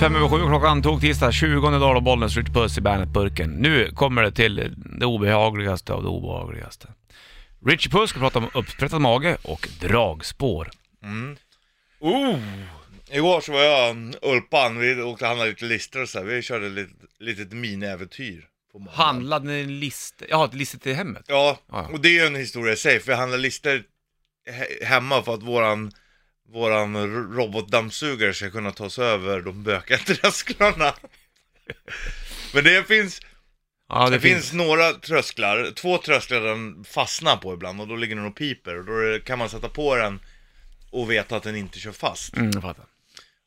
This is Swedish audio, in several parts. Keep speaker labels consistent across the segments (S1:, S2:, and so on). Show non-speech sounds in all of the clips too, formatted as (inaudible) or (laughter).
S1: Fem över sju klockan tog tisdag, 20 dagen och bollen slut puss i Bandet-burken. Nu kommer det till det obehagligaste av det obehagligaste. Richie Puss ska prata om uppsprättad mage och dragspår.
S2: Oh! Igår så var jag mm, Ulpan, vi åkte och handlade lite listor och så här. vi körde lite, litet miniäventyr. på morgonen.
S1: Handlade ni en list? Ja, ett listet till hemmet?
S2: Ja,
S1: Ja, ja.
S2: och det är ju en historia i sig, för jag handlade listor he- hemma för att våran Våran r- robotdammsugare ska kunna ta sig över de bökiga (laughs) trösklarna. Men det finns,
S1: Ja,
S2: det finns, några trösklar, två trösklar den fastnar på ibland och då ligger den och piper och då är det- kan man sätta på den och veta att den inte kör fast.
S1: Mm, jag fattar.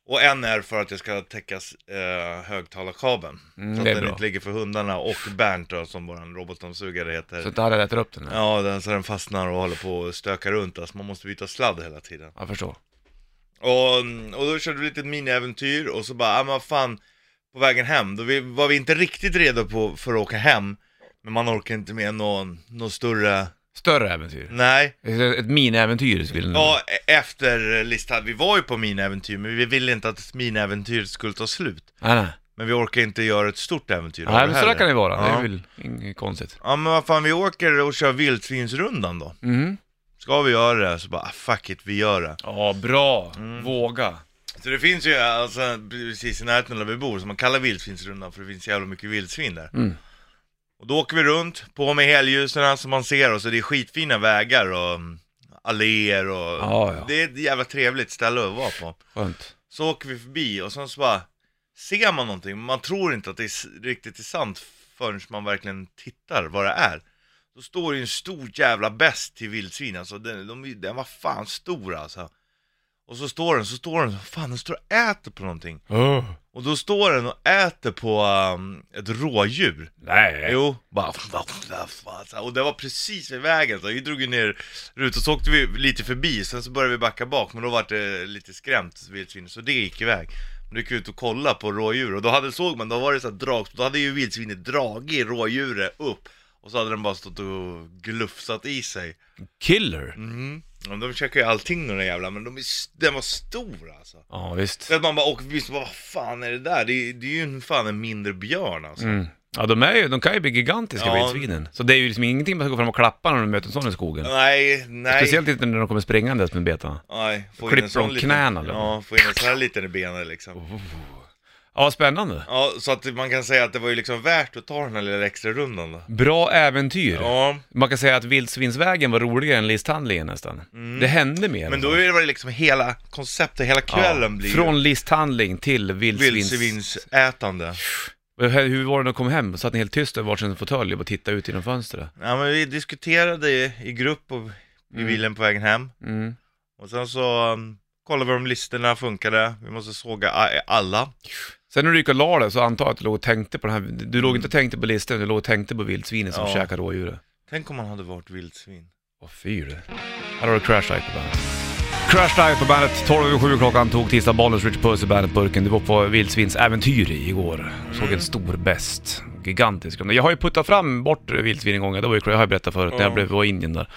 S2: Och en är för att det ska täckas eh, högtalarkabeln.
S1: Mm,
S2: så att
S1: det är
S2: den
S1: bra.
S2: inte ligger för hundarna och Bernt då, som våran robotdammsugare heter.
S1: Så att du hade rätt upp den? Här.
S2: Ja, den, så den fastnar och håller på och stökar runt. Alltså man måste byta sladd hela tiden.
S1: Jag förstår.
S2: Och, och då körde vi lite miniäventyr och så bara, ja men fan, på vägen hem, då vi, var vi inte riktigt redo på, för att åka hem. Men man orkar inte med någon, någon större,
S1: Större äventyr?
S2: nej.
S1: Ett ett miniäventyr skulle ni
S2: Ja, e- efter listan, vi var ju på miniäventyr, men vi ville inte att miniäventyret skulle ta slut.
S1: Nej, nej.
S2: Men vi orkar inte göra ett stort äventyr av
S1: Nej, men så
S2: heller.
S1: där kan det vara. Det
S2: Ja.
S1: är väl inget konstigt.
S2: Ja men vad fan, vi åker och kör vildsvinsrundan då.
S1: Mm.
S2: Ska vi göra det? Så bara, ah, fuck it, vi gör det.
S1: Ja, bra.
S2: Mm.
S1: Våga.
S2: Så det finns ju alltså precis i närheten där vi bor, som man kallar vildsvinsrundan för det finns jävla mycket vildsvin där.
S1: Mm.
S2: Och då åker vi runt, på med helljusen som man ser och så det är skitfina vägar och mm, alléer och
S1: Ja, ja.
S2: det är ett jävla trevligt ställe att vara på.
S1: Skönt.
S2: Så åker vi förbi och sen så bara ser man någonting, men man tror inte att det är s- riktigt är sant förrän man verkligen tittar vad det är. Då står det ju en stor jävla bäst till vildsvin, alltså den, de, den var fan stor alltså. Och så står den, så står den, fan den står och äter på någonting. Och då står den och äter på um, ett rådjur.
S1: Nej.
S2: Jo, bara (laughs) Och det var precis vid vägen så vi drog ju ner rutan, så åkte vi lite förbi, sen så började vi backa bak men då var det lite skrämt vildsvinet så det gick iväg Men då gick vi ut och kollade på rådjur och då hade, såg man, då var det så här drag, då hade ju vildsvinet dragit rådjuret upp och så hade den bara stått och glufsat i sig
S1: Killer.
S2: mm. Ja, De käkar ju allting de där jävla men de är, s- den var stor alltså
S1: Ja, visst.
S2: Så att man bara, och visst vad fan är det där? Det är, det är ju en fan en mindre björn alltså
S1: Mm. Ja, de, är ju, de kan ju bli gigantiska
S2: Ja.
S1: vildsvinen. Så det är ju liksom ingenting man ska gå fram och klappa när du möter en sån i skogen.
S2: Nej, nej
S1: Speciellt inte när de kommer springandes med betarna.
S2: Nej, få
S1: Klipp
S2: in en sån
S1: från
S2: liten,
S1: knäna, eller? Oh.
S2: Ja, få in en sån här liten i benen liksom.
S1: Ja, spännande.
S2: Ja, så att man kan säga att det var ju liksom värt att ta den här lilla extra rundan då.
S1: Bra äventyr.
S2: Ja,
S1: Man kan säga att vildsvinsvägen var roligare än listhandlingen nästan. Det hände mer.
S2: Mm. men då var det liksom hela konceptet, hela kvällen blir ju
S1: Från listhandling till vildsvins...
S2: vildsvinsätande.
S1: Hur- Hur var det när du kom hem? Satt ni helt tyst över varsin fåtölj och bara tittade ut genom fönstret?
S2: Ja, men vi diskuterade i, i grupp och i bilen på vägen hem.
S1: Mm.
S2: Och sen så um, kollade vi om listorna funkade, vi måste såga a- alla.
S1: Sen när du gick och la dig så antar jag att du låg och tänkte på den här... Du låg inte och tänkte på listan, du låg och tänkte på vildsvinen som
S2: Ja.
S1: käkar rådjuret.
S2: Tänk om man hade varit vildsvin.
S1: Åh fy du. Här har du Crash Diet på bandet. Crash Diet på bandet, 12 över 7 klockan tog tisdag, Bollnäs Rich Puss i bandet-burken. Du var på vildsvinsäventyr igår. Såg en stor bäst. Gigantisk. Jag har ju puttat fram bort vildsvin en gång, det var ju, jag har ju berättat förut, när jag
S2: Ja.
S1: blev, var i Indien där.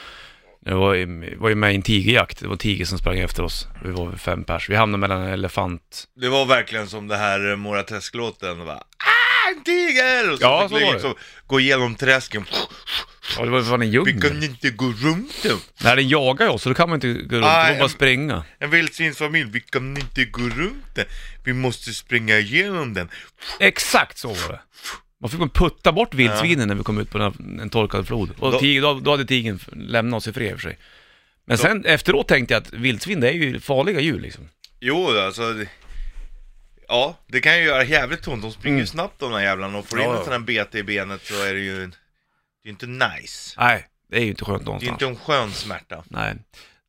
S1: Jag var, i- var ju med i en tigerjakt, det var en tiger som sprang efter oss. Vi var fem pers. Vi hamnade mellan en elefant...
S2: Det var verkligen som det här eh, Mora Träsk-låten, och bara ah, en tiger! Och så
S1: Ja,
S2: fick
S1: så
S2: vi
S1: var det.
S2: liksom gå igenom träsken,
S1: Ja, det var ju fan en
S2: vi
S1: djungel.
S2: kan inte gå runt den.
S1: Nej, den jagar ju oss, så då kan man inte gå runt,
S2: Nej,
S1: man bara
S2: en-
S1: springa.
S2: En vildsvinsfamilj, vi kan inte gå runt den. Vi måste springa igenom den.
S1: Exakt så var det. Man fick man putta bort vildsvinen när vi kom ut på den här, en torkad flod. Och
S2: Då-
S1: tig, då, då hade tigern lämnat oss i fred i och för sig. Men sen efteråt tänkte jag att vildsvin, det är ju farliga djur liksom.
S2: Jo, alltså... det- Ja, det kan ju göra jävligt ont. De springer ju
S1: Mm.
S2: snabbt de där jävlarna och får
S1: Ja,
S2: in
S1: ja.
S2: en sån här bete i benet så är det ju... en- Det är inte nice.
S1: Nej, det är ju inte skönt
S2: Det är
S1: någonstans.
S2: inte en skön smärta.
S1: Nej.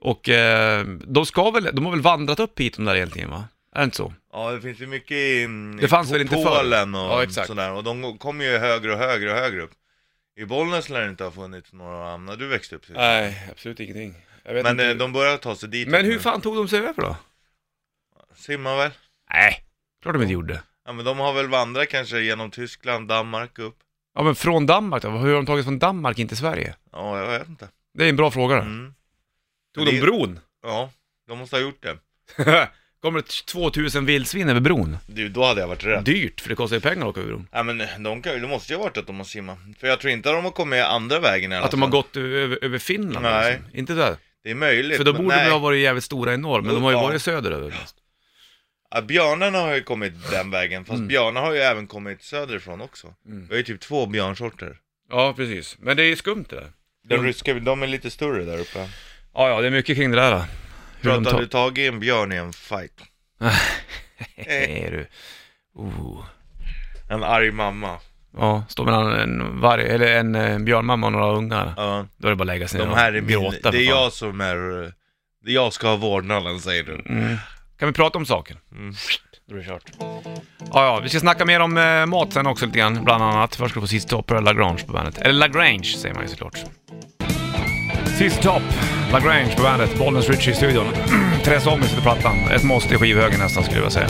S1: Och eh, de ska väl, de har väl vandrat upp hit de där egentligen va? Är det inte så?
S2: Ja, det finns ju mycket i, mm,
S1: Det fanns
S2: i
S1: väl inte förr?
S2: Polen och
S1: Ja, exakt.
S2: sådär. Och de kommer ju högre och högre och högre upp. I Bollnäs lär det inte ha funnits några när du växte upp. Sid.
S1: Nej, absolut ingenting.
S2: Men eh, de börjar ta sig dit.
S1: Men hur fan tog de sig över då?
S2: Simmar väl?
S1: Nej, klart de inte gjorde.
S2: Ja, men de har väl vandrat kanske genom Tyskland, Danmark upp.
S1: Ja men från Danmark då? Hur har de tagit från Danmark in till Sverige?
S2: Ja, jag vet inte.
S1: Det är en bra fråga.
S2: Mm.
S1: Tog de
S2: Det-
S1: bron?
S2: Ja, de måste ha gjort det.
S1: (laughs) Kommer det 2000 vildsvin över bron?
S2: Du, då hade jag varit rädd.
S1: Dyrt, för det kostar ju pengar att åka över bron.
S2: Ja men eh, de kan, det måste ju ha varit att de har simmat. För jag tror inte att de har kommit andra vägen i alla
S1: Att de har
S2: fall.
S1: gått ö- över, över Finland
S2: alltså. Nej.
S1: Liksom. Inte där.
S2: Det är möjligt.
S1: För då
S2: men
S1: borde de
S2: nej.
S1: ju ha varit jävligt stora i norr, men de har ju
S2: Ja.
S1: varit söderöver.
S2: Ja, björnarna har ju kommit den vägen, fast
S1: Mm.
S2: björnar har ju även kommit söderifrån också. Vi har ju typ två björnsorter.
S1: Ja, precis. Men det är ju skumt det där.
S2: Den
S1: Mm.
S2: ryska, de är lite större där uppe.
S1: Ja, ja, det är mycket kring det där. då. Hur de (laughs)
S2: Pratar
S1: tar...
S2: du tagit en björn i en fight?
S1: Är du... Oh.
S2: En arg mamma.
S1: Ja, står mellan en varg, eller en eh, björnmamma och några ungar.
S2: Ja,
S1: Då är det bara att lägga sig
S2: de
S1: ner
S2: här är
S1: och
S2: min,
S1: gråta. för
S2: det är
S1: fan.
S2: jag som är, eh, det är jag ska ha vårdnaden säger du.
S1: Mm. Kan vi prata om saken?
S2: Mm. Då är det kört.
S1: Ja, ja, vi ska snacka mer om eh, mat sen också lite grann, bland annat. Först ska du få Sist Top och Lagrange på bandet. Eller Lagrange säger man ju såklart. Sist Top, Lagrange på bandet, Bollnäs Richie i studion. (clears throat) Therese Omby sitter på plattan. Ett måste i skivhögen nästan skulle jag vilja säga.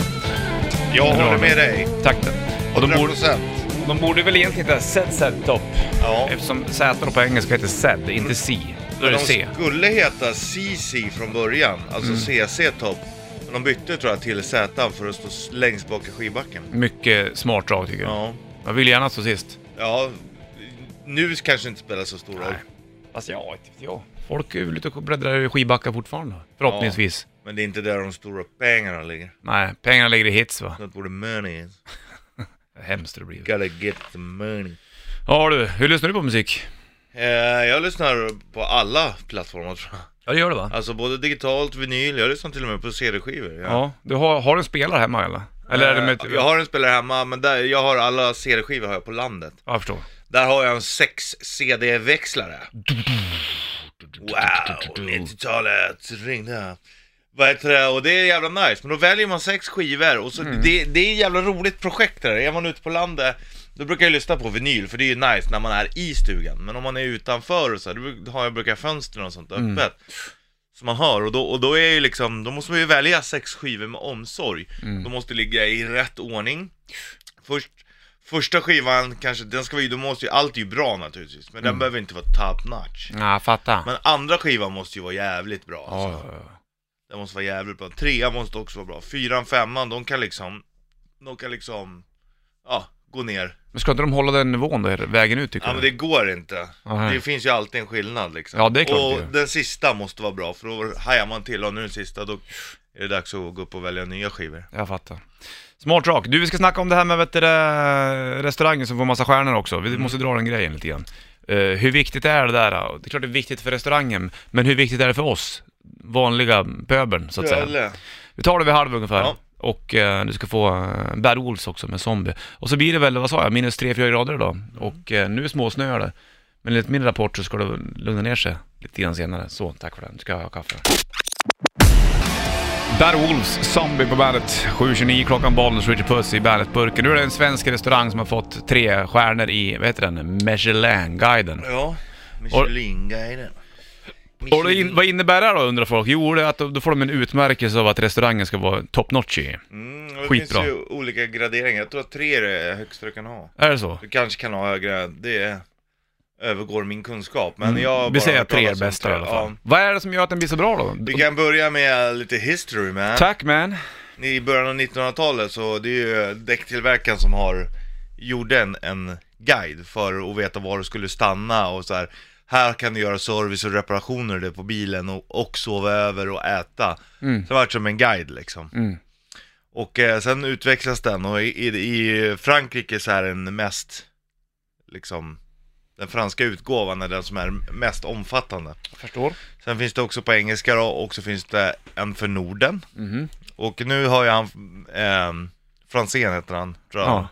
S2: Jag
S1: Bra.
S2: håller med dig.
S1: Tack. Och de
S2: 100%.
S1: borde, de borde väl egentligen heta Zed Zed Top?
S2: Ja.
S1: Eftersom Z då på engelska heter Zed, inte C. Då är det
S2: Mm. De
S1: C. Mm.
S2: skulle heta CC från början, alltså CC-topp. Men de bytte tror jag till Z för att stå s- längst bak i skidbacken.
S1: Mycket smart drag tycker jag.
S2: Ja.
S1: Jag vill gärna stå sist.
S2: Ja, nu kanske inte spelar så stor roll.
S1: Nej. Fast ja, typ, inte vet jag. Folk är väl ute och bläddrar i skidbackar fortfarande. Förhoppningsvis.
S2: Men det är inte där de stora pengarna ligger.
S1: Nej, pengarna ligger i hits va.
S2: Not where the money is.
S1: Hemskt det blir.
S2: Gotta get the money.
S1: Ja du, hur lyssnar du på musik?
S2: Eh, jag lyssnar på alla plattformar tror jag.
S1: Ja det gör du va?
S2: Alltså både digitalt, vinyl, jag lyssnar till och med på CD-skivor. Jag,
S1: Ja. Du har, har du en spelare hemma eller? Eller är det med...
S2: Eh, jag har en spelare hemma, men där, jag har alla CD-skivor har jag på landet.
S1: Ja, jag förstår.
S2: Där har jag en 6 CD-växlare. Wow, 90-talet ringde. Vad heter det? Och det är jävla nice, men då väljer man sex skivor och så det, det är ett jävla roligt projekt det där. Är man ute på landet, då brukar jag lyssna på vinyl för det är ju nice när man är i stugan. Men om man är utanför och så här, då bruk- har jag brukar jag fönstren och sånt öppet. Som man hör och då, och då är ju liksom, då måste man ju välja sex skivor med omsorg. De måste ligga i rätt ordning. Först, första skivan kanske, den ska vara ju, då måste ju, allt är ju bra naturligtvis, men
S1: Mm.
S2: den behöver inte vara top notch.
S1: Ja, jag fattar.
S2: Men andra skivan måste ju vara jävligt bra alltså.
S1: Ja, ja, ja.
S2: Den måste vara jävligt bra. Trean måste också vara bra. Fyran, femman, de kan liksom, de kan liksom, ja, gå ner.
S1: Men ska inte de hålla den nivån där vägen ut tycker
S2: Ja men det går inte.
S1: Nej.
S2: Det finns ju alltid en skillnad liksom.
S1: Ja, det är klart
S2: Och
S1: det gör.
S2: den sista måste vara bra, för då hajar man till och nu den sista, då är det dags att gå upp och välja nya skivor.
S1: du? Jag fattar. Smart rock. Du, vi ska snacka om det här med vet du, det, restaurangen som får massa stjärnor också. Vi måste dra den grejen lite grann. Eh, hur viktigt är det där? då? Det är klart det är viktigt för restaurangen, men hur viktigt är det för oss? Vanliga pöbeln, så att säga.
S2: Eller?
S1: Vi tar det vid halv ungefär.
S2: Ja.
S1: Och eh, du ska få eh, Bad Wolves också med Zombie. Och så blir det väl, vad sa jag, minus 3-4 grader idag. Och eh, nu småsnöar det. Men enligt min rapport så ska det väl lugna ner sig lite grann senare. Så, tack för det. Nu ska jag ha kaffe. Bad Wolves, Zombie på bandet. 7.29 klockan, Bollnäs, Richard Puss i Bandet-burken. Nu är det en svensk restaurang som har fått tre stjärnor i, vad heter den, Michelin-guiden.
S2: Ja, Michelin-guiden.
S1: Och det in, vad innebär det då undrar folk? Jo, det är att då då får de en utmärkelse av att restaurangen ska vara top notch i.
S2: Mm, och det
S1: Skitbra.
S2: finns ju olika graderingar, jag tror att tre är det högsta du kan ha.
S1: Är det så?
S2: Du kanske kan ha högre, det övergår min kunskap. Men jag har
S1: Mm. Vi
S2: bara
S1: säger
S2: hört
S1: att tre är
S2: talas om
S1: bästa i
S2: tre.
S1: alla fall.
S2: Ja.
S1: Vad är det som gör att den blir så bra då?
S2: Vi kan börja med lite history man.
S1: Tack man!
S2: I början av 1900-talet så det är ju däcktillverkaren som har gjorde en, en guide för att veta var du skulle stanna och så här. Här kan du göra service och reparationer där på bilen och, och sova över och äta. Så det vart som en guide liksom. Och eh, sen utvecklas den och i, i, i Frankrike så är den mest, liksom, den franska utgåvan är den som är mest omfattande.
S1: Förstår.
S2: Sen finns det också på engelska då, och så finns det en för Norden.
S1: Mhm.
S2: Och nu har ju han, eh, Franzén heter han, tror jag,
S1: Ja.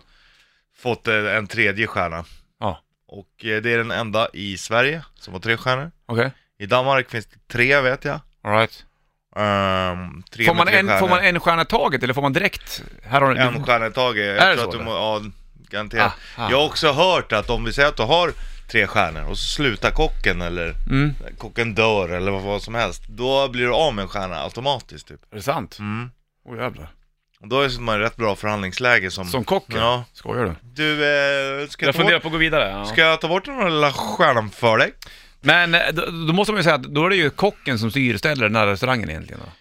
S2: fått eh, en tredje stjärna.
S1: Ja.
S2: Och eh, det är den enda i Sverige som har tre stjärnor.
S1: Okej.
S2: I Danmark finns det tre vet jag.
S1: All Alright.
S2: Ehm, tre
S1: Får man,
S2: med tre
S1: en,
S2: stjärnor.
S1: får man en stjärna i taget eller får man direkt? Här har du...
S2: En stjärna i taget. Jag
S1: Är det så, Ah,
S2: tror att du
S1: eller?
S2: må, ja, garanterat.
S1: Aha.
S2: Jag har också hört att om vi säger att du har tre stjärnor och så slutar kocken eller
S1: Mm.
S2: kocken dör eller vad, vad som helst. Då blir du av med en stjärna automatiskt typ.
S1: Är det sant?
S2: Mm.
S1: Åh jävlar.
S2: Och då är man i rätt bra förhandlingsläge som...
S1: Som kock? ja.
S2: Ja.
S1: Skojar du?
S2: Du, eh, ska, jag
S1: Jag
S2: ta
S1: funderar
S2: bort,
S1: på att gå vidare. Ja.
S2: ska jag ta bort den här lilla stjärnan för dig?
S1: Men eh, då, då måste man ju säga att då är det ju kocken som styr och ställer den här restaurangen egentligen då.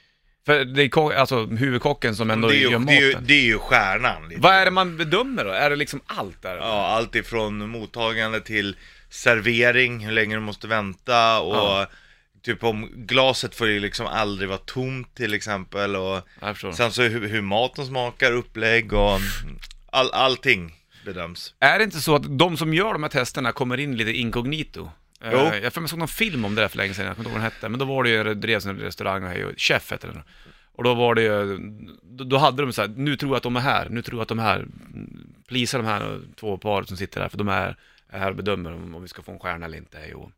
S1: För det är ko- alltså, huvudkocken som ändå
S2: det, är ju,
S1: gör
S2: det, är ju,
S1: maten.
S2: det är ju stjärnan. Lite.
S1: Vad är det man bedömer då? Är det liksom allt där?
S2: Ja, allt ifrån mottagande till servering, hur länge du måste vänta och
S1: Ja.
S2: typ om glaset får ju liksom aldrig vara tomt till exempel och
S1: Jag förstår.
S2: sen så hur, hur maten smakar, upplägg och all, allting bedöms.
S1: Är det inte så att de som gör de här testerna kommer in lite inkognito? Eh,
S2: Jo.
S1: Jag för mig såg någon film om det där för länge sedan, jag kommer inte ihåg vad den hette, men då var det ju, det drevs en restaurang och hej och chef hette den. Och då var det ju, då- då hade de så här, nu tror jag att de är här, nu tror jag att de är här, plisa de här två paret som sitter där, för de är är här och bedömer om, om vi ska få en stjärna eller inte, hej och hå.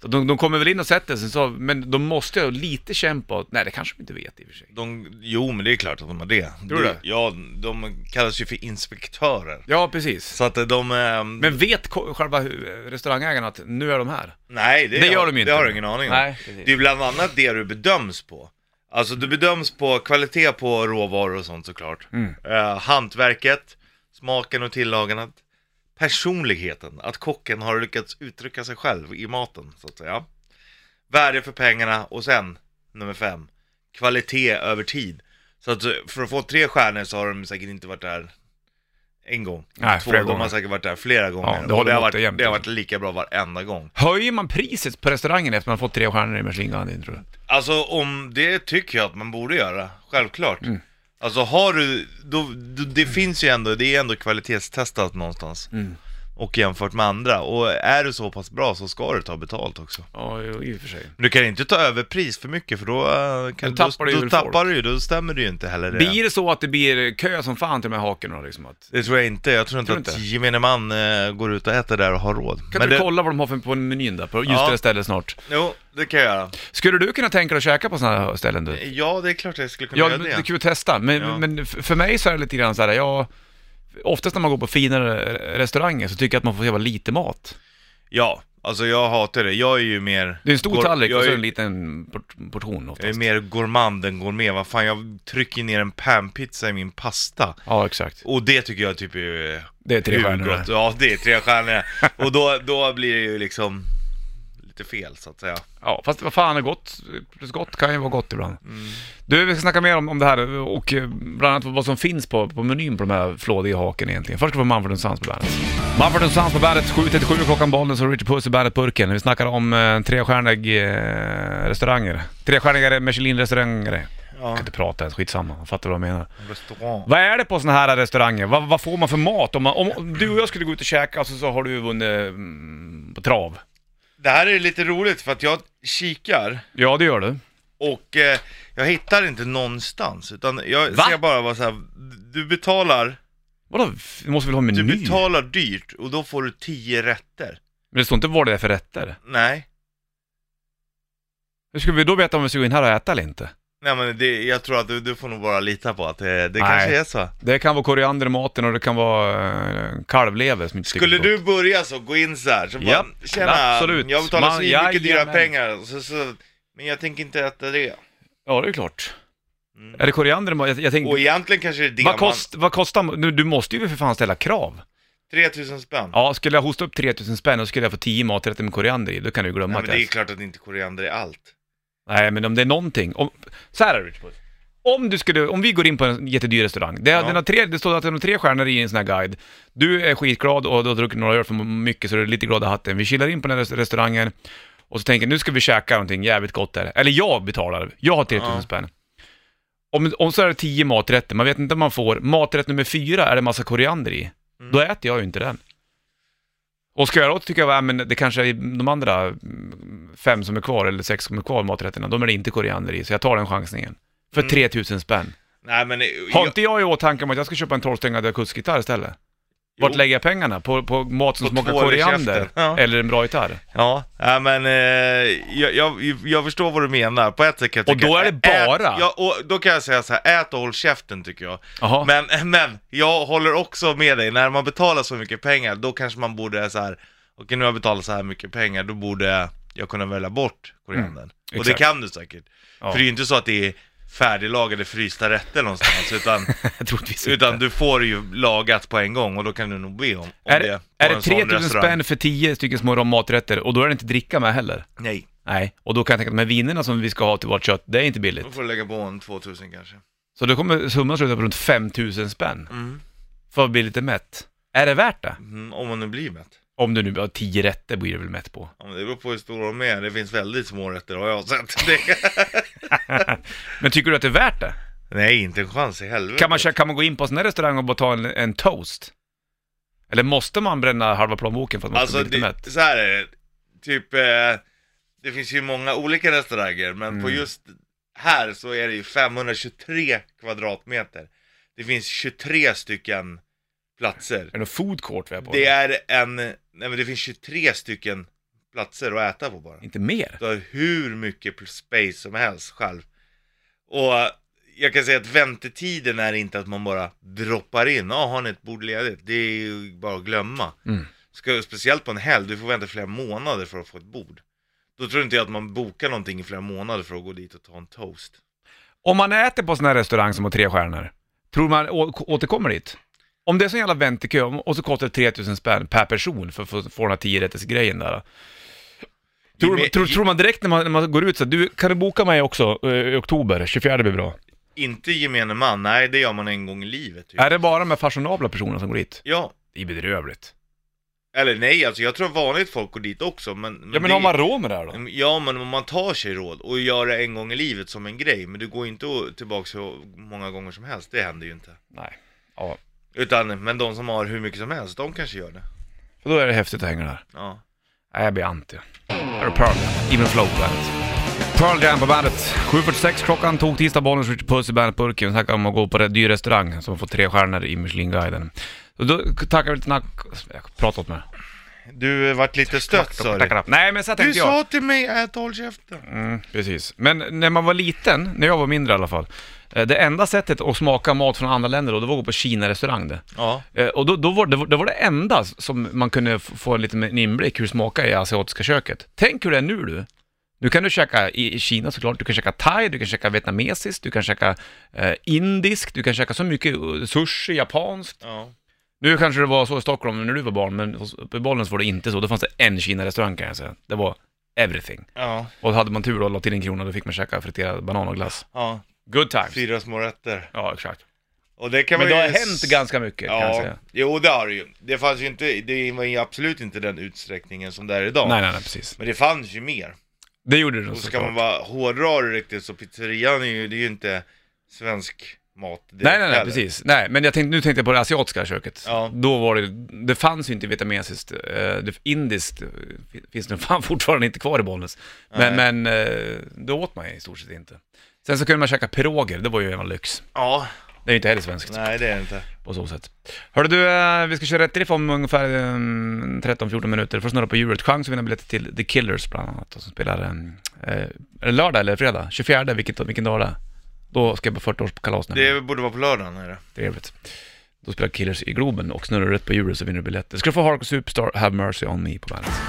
S1: Så de, de kommer väl in och sätter sig, så, men de måste ju lite kämpa, åt- nej det kanske de inte vet i och för sig.
S2: De, jo men det är klart att de har det.
S1: Tror du
S2: Det-
S1: det?
S2: Ja, de kallas ju för inspektörer.
S1: Ja, precis.
S2: Så att de... Eh,
S1: Men vet ko- själva hu- restaurangägarna att nu är de här?
S2: nej, det,
S1: Det gör de ju inte.
S2: Det har du ingen aning om.
S1: Nej, precis.
S2: Det är bland annat det du bedöms på. Alltså du bedöms på kvalitet på råvaror och sånt såklart.
S1: Mm.
S2: Eh, hantverket, smaken och tillagandet. Personligheten, att kocken har lyckats uttrycka sig själv i maten så att säga. Värde för pengarna och sen, nummer fem, kvalitet över tid. Så att eh, för att få tre stjärnor så har de säkert inte varit där en gång.
S1: Nej,
S2: Två,
S1: flera
S2: de har
S1: gånger.
S2: säkert varit där flera gånger.
S1: det
S2: Och
S1: håller
S2: det, har
S1: emot det jämt,
S2: varit,
S1: liksom.
S2: det har varit lika bra varenda gång.
S1: Höjer man priset på restaurangen efter man fått tre stjärnor i Michelin-guiden tror du?
S2: Alltså om det tycker jag att man borde göra, självklart. Alltså har du, då, då, det finns ju ändå, det är ändå kvalitetstestat någonstans. Och jämfört med andra, och är du så pass bra så ska du ta betalt också.
S1: Ja, jo, i och för sig.
S2: Men du kan inte ta över pris för mycket för då, eh, kan,
S1: Då tappar
S2: då,
S1: du ju
S2: då,
S1: väl
S2: tappar
S1: folk.
S2: du ju, då stämmer det ju inte heller det.
S1: Blir det så att det blir kö som fan till de här hakorna liksom? Att...
S2: Det tror jag inte, jag tror inte
S1: Tror du
S2: att
S1: inte?
S2: gemene man eh, går ut och äter där och har råd.
S1: Kan
S2: Men
S1: du
S2: det,
S1: kolla vad de har för på menyn där, på just
S2: Ja.
S1: det där stället snart?
S2: Jo, det kan jag göra.
S1: Skulle du kunna tänka dig att käka på sådana här ställen du?
S2: Ja, det är klart jag skulle kunna
S1: Ja,
S2: göra
S1: det
S2: det.
S1: är kul att testa, men,
S2: Ja.
S1: men f- för mig så är det lite grann så här, ja... Oftast när man går på finare restauranger så tycker jag att man får jävla lite mat.
S2: Ja, alltså jag hatar det. Jag är ju mer...
S1: Det är en stor
S2: går-
S1: tallrik alltså,
S2: jag
S1: och så
S2: är-
S1: en liten port- portion
S2: Jag är
S1: oftast.
S2: mer gourmand än gourmet, vad fan jag trycker ner en panpizza i min pasta
S1: Ja, exakt.
S2: Och det tycker jag typ är
S1: Det är tre stjärnor.
S2: urgott.
S1: där.
S2: Ja det är tre stjärnor Och då, då blir det ju liksom lite fel så att säga
S1: Ja, fast vad fan är gott plus gott kan ju vara gott ibland. Du, vi ska snacka mer om, om det här och eh, bland annat vad som finns på, på menyn på de här flådiga haken egentligen. Först ska vi få Manfred Sons på bandet. Manfred Sons på bandet, 7.37 klockan bollen så Richard Puss i bandet Burken. Vi snackar om eh, trestjärniga eh, restauranger. Trestjärniga Michelin-restauranger. Jag
S2: Ja,
S1: kan inte prata ens, skitsamma. Jag fattar vad jag menar.
S2: restaurang
S1: Vad är det på sådana här restauranger? Vad, vad får man för mat? Om, man, om du och jag skulle gå ut och käka och så, så har du vunnit mm, på trav.
S2: Det här är lite roligt för att jag kikar
S1: Ja, det gör du.
S2: och eh, jag hittar inte någonstans utan jag
S1: Va?
S2: ser bara vad så här, du betalar,
S1: Vadå? Du måste väl ha meny?
S2: du betalar dyrt och då får du 10 rätter
S1: Men det står inte vad det är för rätter.
S2: Nej,
S1: Hur ska vi då veta om vi ska gå in här och äta eller inte?
S2: nej men det, jag tror att du, du får nog bara lita på att eh, det, det
S1: Nej.
S2: kanske är så
S1: Det kan vara koriander i maten och det kan vara eh, kalvlever som inte tycker
S2: Skulle
S1: det är
S2: du börja så, gå in så här, så bara,
S1: Ja,
S2: tjena,
S1: absolut.
S2: jag betalar
S1: Man-
S2: så mycket dyra
S1: jajamän.
S2: pengar, så, så, men jag tänker inte äta det.
S1: gott. Ja, det är klart.
S2: Mm.
S1: Är det koriander i maten? Jag, jag
S2: Och
S1: tänkte,
S2: egentligen kanske det är det
S1: vad,
S2: man...
S1: kost, vad kostar, nu, du måste ju för fan ställa krav.
S2: 3000 spänn.
S1: Ja, skulle jag hosta upp 3000 spänn och skulle jag få 10 maträtter med koriander i, då kan du ju glömma
S2: Nej,
S1: att
S2: men det är
S1: jag-
S2: klart att inte koriander är allt.
S1: Nej, men om det är någonting. Om, så här är det, Richard. Om, du skulle, om vi går in på en jättedyr restaurang, det,
S2: Ja.
S1: den har tre, det står att den har tre stjärnor i en sån här guide. Du är skitglad och du har druckit några öl för mycket så du är lite glad i hatten. Vi kilar in på den här rest- restaurangen och så tänker jag, nu ska vi käka någonting jävligt gott här. Eller jag betalar, jag har 3000
S2: Ja.
S1: spänn. Om, om så är det tio maträtter, man vet inte om man får. Maträtt nummer fyra är det massa koriander i.
S2: Mm.
S1: Då äter jag ju inte den. Och ska jag då tycka, ja, men det kanske är de andra mm, fem som är kvar, eller sex som är kvar, maträtterna, de är det inte koriander i, så jag tar den chansningen. För
S2: Mm.
S1: 3000 spänn.
S2: Nej men... eh,
S1: Har inte jag i åtanke om att jag ska köpa en 12-strängad akusgitarr istället? Vart
S2: Jo.
S1: lägger jag pengarna? På, på mat som
S2: På
S1: smakar
S2: tvål i
S1: koriander?
S2: käften. Ja.
S1: Eller en bra gitarr?
S2: Ja, nej, men eh, jag, jag, jag förstår vad du menar. På ett sätt kan jag
S1: Och
S2: tycka...
S1: då är det bara-
S2: Ät, ja, och då kan jag säga så här, ät och håll käften tycker jag.
S1: (laughs) Jaha.
S2: Men, (laughs) men, jag håller också med dig, när man betalar så mycket pengar, då kanske man borde så här. okej nu har jag betalat så här mycket pengar, då borde jag kunna välja bort koriandern. och det
S1: Mm, exakt.
S2: kan du säkert.
S1: Ja.
S2: För det är ju inte så att det är färdiglagade frysta rätter
S1: (laughs)
S2: någonstans, utan,
S1: Typ Troligtvis inte.
S2: utan du får det ju lagat på en gång och då kan du nog be om, om
S1: Är
S2: det.
S1: det,
S2: på
S1: är
S2: en
S1: det
S2: sån
S1: 3000
S2: restaurang.
S1: spänn för 10 stycken små maträtter och då är det inte dricka med heller?
S2: Nej.
S1: Nej, och då kan jag tänka att de här vinerna som vi ska ha till vårt kött, det är inte billigt.
S2: Då får du lägga på en 2000 kanske.
S1: Så då kommer summan sluta på runt 5000 spänn
S2: Mm.
S1: för att bli lite mätt. Är det värt det?
S2: Mm, om man nu blir mätt.
S1: Om du nu har tio rätter blir du väl mätt
S2: (laughs)
S1: på.
S2: Ja, men det beror på hur stora de är. Det finns väldigt små rätter har jag sett. (laughs) Det... (laughs)
S1: Men tycker du att det är värt det?
S2: Nej, inte en chans i helvete.
S1: Kan man, kä- kan man gå in på en sån här restaurang och bara ta en, en toast? Eller måste man bränna halva plånboken för att man ska
S2: Alltså,
S1: bli lite
S2: det,
S1: mätt?
S2: så här är det. Typ, eh, det finns ju många olika restauranger, men på
S1: Mm.
S2: just här så är det ju 523 kvadratmeter. Det finns 23 stycken platser.
S1: Är det någon food court vi är på?
S2: Det är en, nej men det finns 23 stycken platser att äta på bara.
S1: Inte mer?
S2: Du har hur mycket pl- space som helst själv. Och eh, jag kan säga att väntetiden är inte att man bara droppar in, ja har ni ett bord ledigt? Det är ju bara att glömma.
S1: Mm.
S2: Ska, speciellt på en helg, du får vänta flera månader för att få ett bord. Då tror inte jag att man bokar någonting i flera månader för att gå dit och ta en toast.
S1: Om man äter på sån här restaurang som har tre stjärnor, tror man å- återkommer dit? Om det är sån jävla väntekö om- och så kostar det 3000 spänn per person för att få få den här 10 grejen där. Tror,
S2: men-
S1: tror, tror man direkt när man, när man går ut så här, du kan du boka mig också eh, i oktober, 24 blir bra.
S2: Inte gemene man, nej det gör man en gång i livet. Typ.
S1: Är det bara de här fashionabla personerna som går dit?
S2: Ja,
S1: Det är bedrövligt.
S2: eller nej alltså jag tror vanligt folk går dit också men... men
S1: Ja men
S2: det-
S1: har man råd med det Mm. här då?
S2: Mm, Ja men om man tar sig råd och gör det en gång i livet som en grej, men du går inte och- tillbaka så många gånger som helst, det händer ju inte.
S1: Nej. Ja.
S2: Utan, men de som har hur mycket som helst, de kanske gör det.
S1: För då är det häftigt att hänga där.
S2: Ja.
S1: Nej, jag blir anti. Här är Pearl Jam, Even Flow på bandet. Pearl Jam på bandet. 7.46 klockan tog tisdag, Bollnäs, Richard Puss i bandet-burken. Vi snackade om att gå på en dyr restaurang som får tre stjärnor i Michelinguiden. Och då tackar vi lite nack... Jag pratar åt mig.
S2: Du eh, vart lite stött sa du.
S1: Tackar upp. Nej, men så här
S2: Du
S1: tänkte jag.
S2: sa till mig att håll käften.
S1: Mm, precis. Men när man var liten, när jag var mindre i alla fall, eh, det enda sättet att smaka mat från andra länder då, det var att gå på Kina-restaurang det.
S2: Ja.
S1: Eh, Och då, då var det, det var det enda som man kunde f- få en liten en inblick hur det smakar i asiatiska köket. Tänk hur det är nu du. Nu kan du käka i i Kina såklart, du kan käka thai, du kan käka vietnamesiskt, du kan käka eh, indiskt, du kan käka så mycket eh, sushi, japanskt.
S2: Ja.
S1: Nu kanske det var så i Stockholm när du var barn, men hos- uppe i Bollnäs var det inte så. Då fanns det en Kina-restaurang kan jag säga. Det var everything.
S2: Ja.
S1: Och hade man tur då och la till en krona, då fick man käka friterad banan och glass.
S2: Ja.
S1: Good times.
S2: Fyra små rätter.
S1: Ja, exakt.
S2: Och det kan
S1: Men det
S2: man
S1: har
S2: ju
S1: hänt ganska mycket kan jag
S2: Ja,
S1: säga.
S2: jo det har det ju. Det fanns ju inte, det var ju absolut inte den utsträckningen som det är idag.
S1: Nej, nej, nej, precis.
S2: Men det fanns ju mer.
S1: Det gjorde det
S2: Och ska
S1: såklart.
S2: man vara hårdra det riktigt så pizzerian är ju, det är ju inte svensk mat direkt
S1: Nej, nej, nej,
S2: heller.
S1: precis. Nej, men jag tänkte, nu tänkte jag på det asiatiska köket.
S2: Ja.
S1: Då var det, det fanns ju inte vietnamesiskt, eh, det, indiskt eh, fin- finns det (laughs) fan fortfarande inte kvar i Bollnäs. Men, men eh, det åt man i stort sett inte. Sen så kunde man käka piroger, det var ju en lyx.
S2: Ja,
S1: Det är ju inte heller svenskt
S2: nej det är det inte.
S1: på så sätt. Hörru du, eh, vi ska köra rätt riff om ungefär eh, 13-14 minuter. Får snurra på djuret. Chans att vinna biljetter till The Killers bland annat, som spelar eh, eh, är det lördag eller fredag, 24, vilket, vilken dag det är. Då ska jag på 40-årskalas nämligen.
S2: Det borde vara på lördagen är det.
S1: Trevligt. Då spelar Killers i Globen och snurrar du rätt på Euro så vinner du biljetter. Ska du få Hark Superstar Have Mercy On Me på bandet.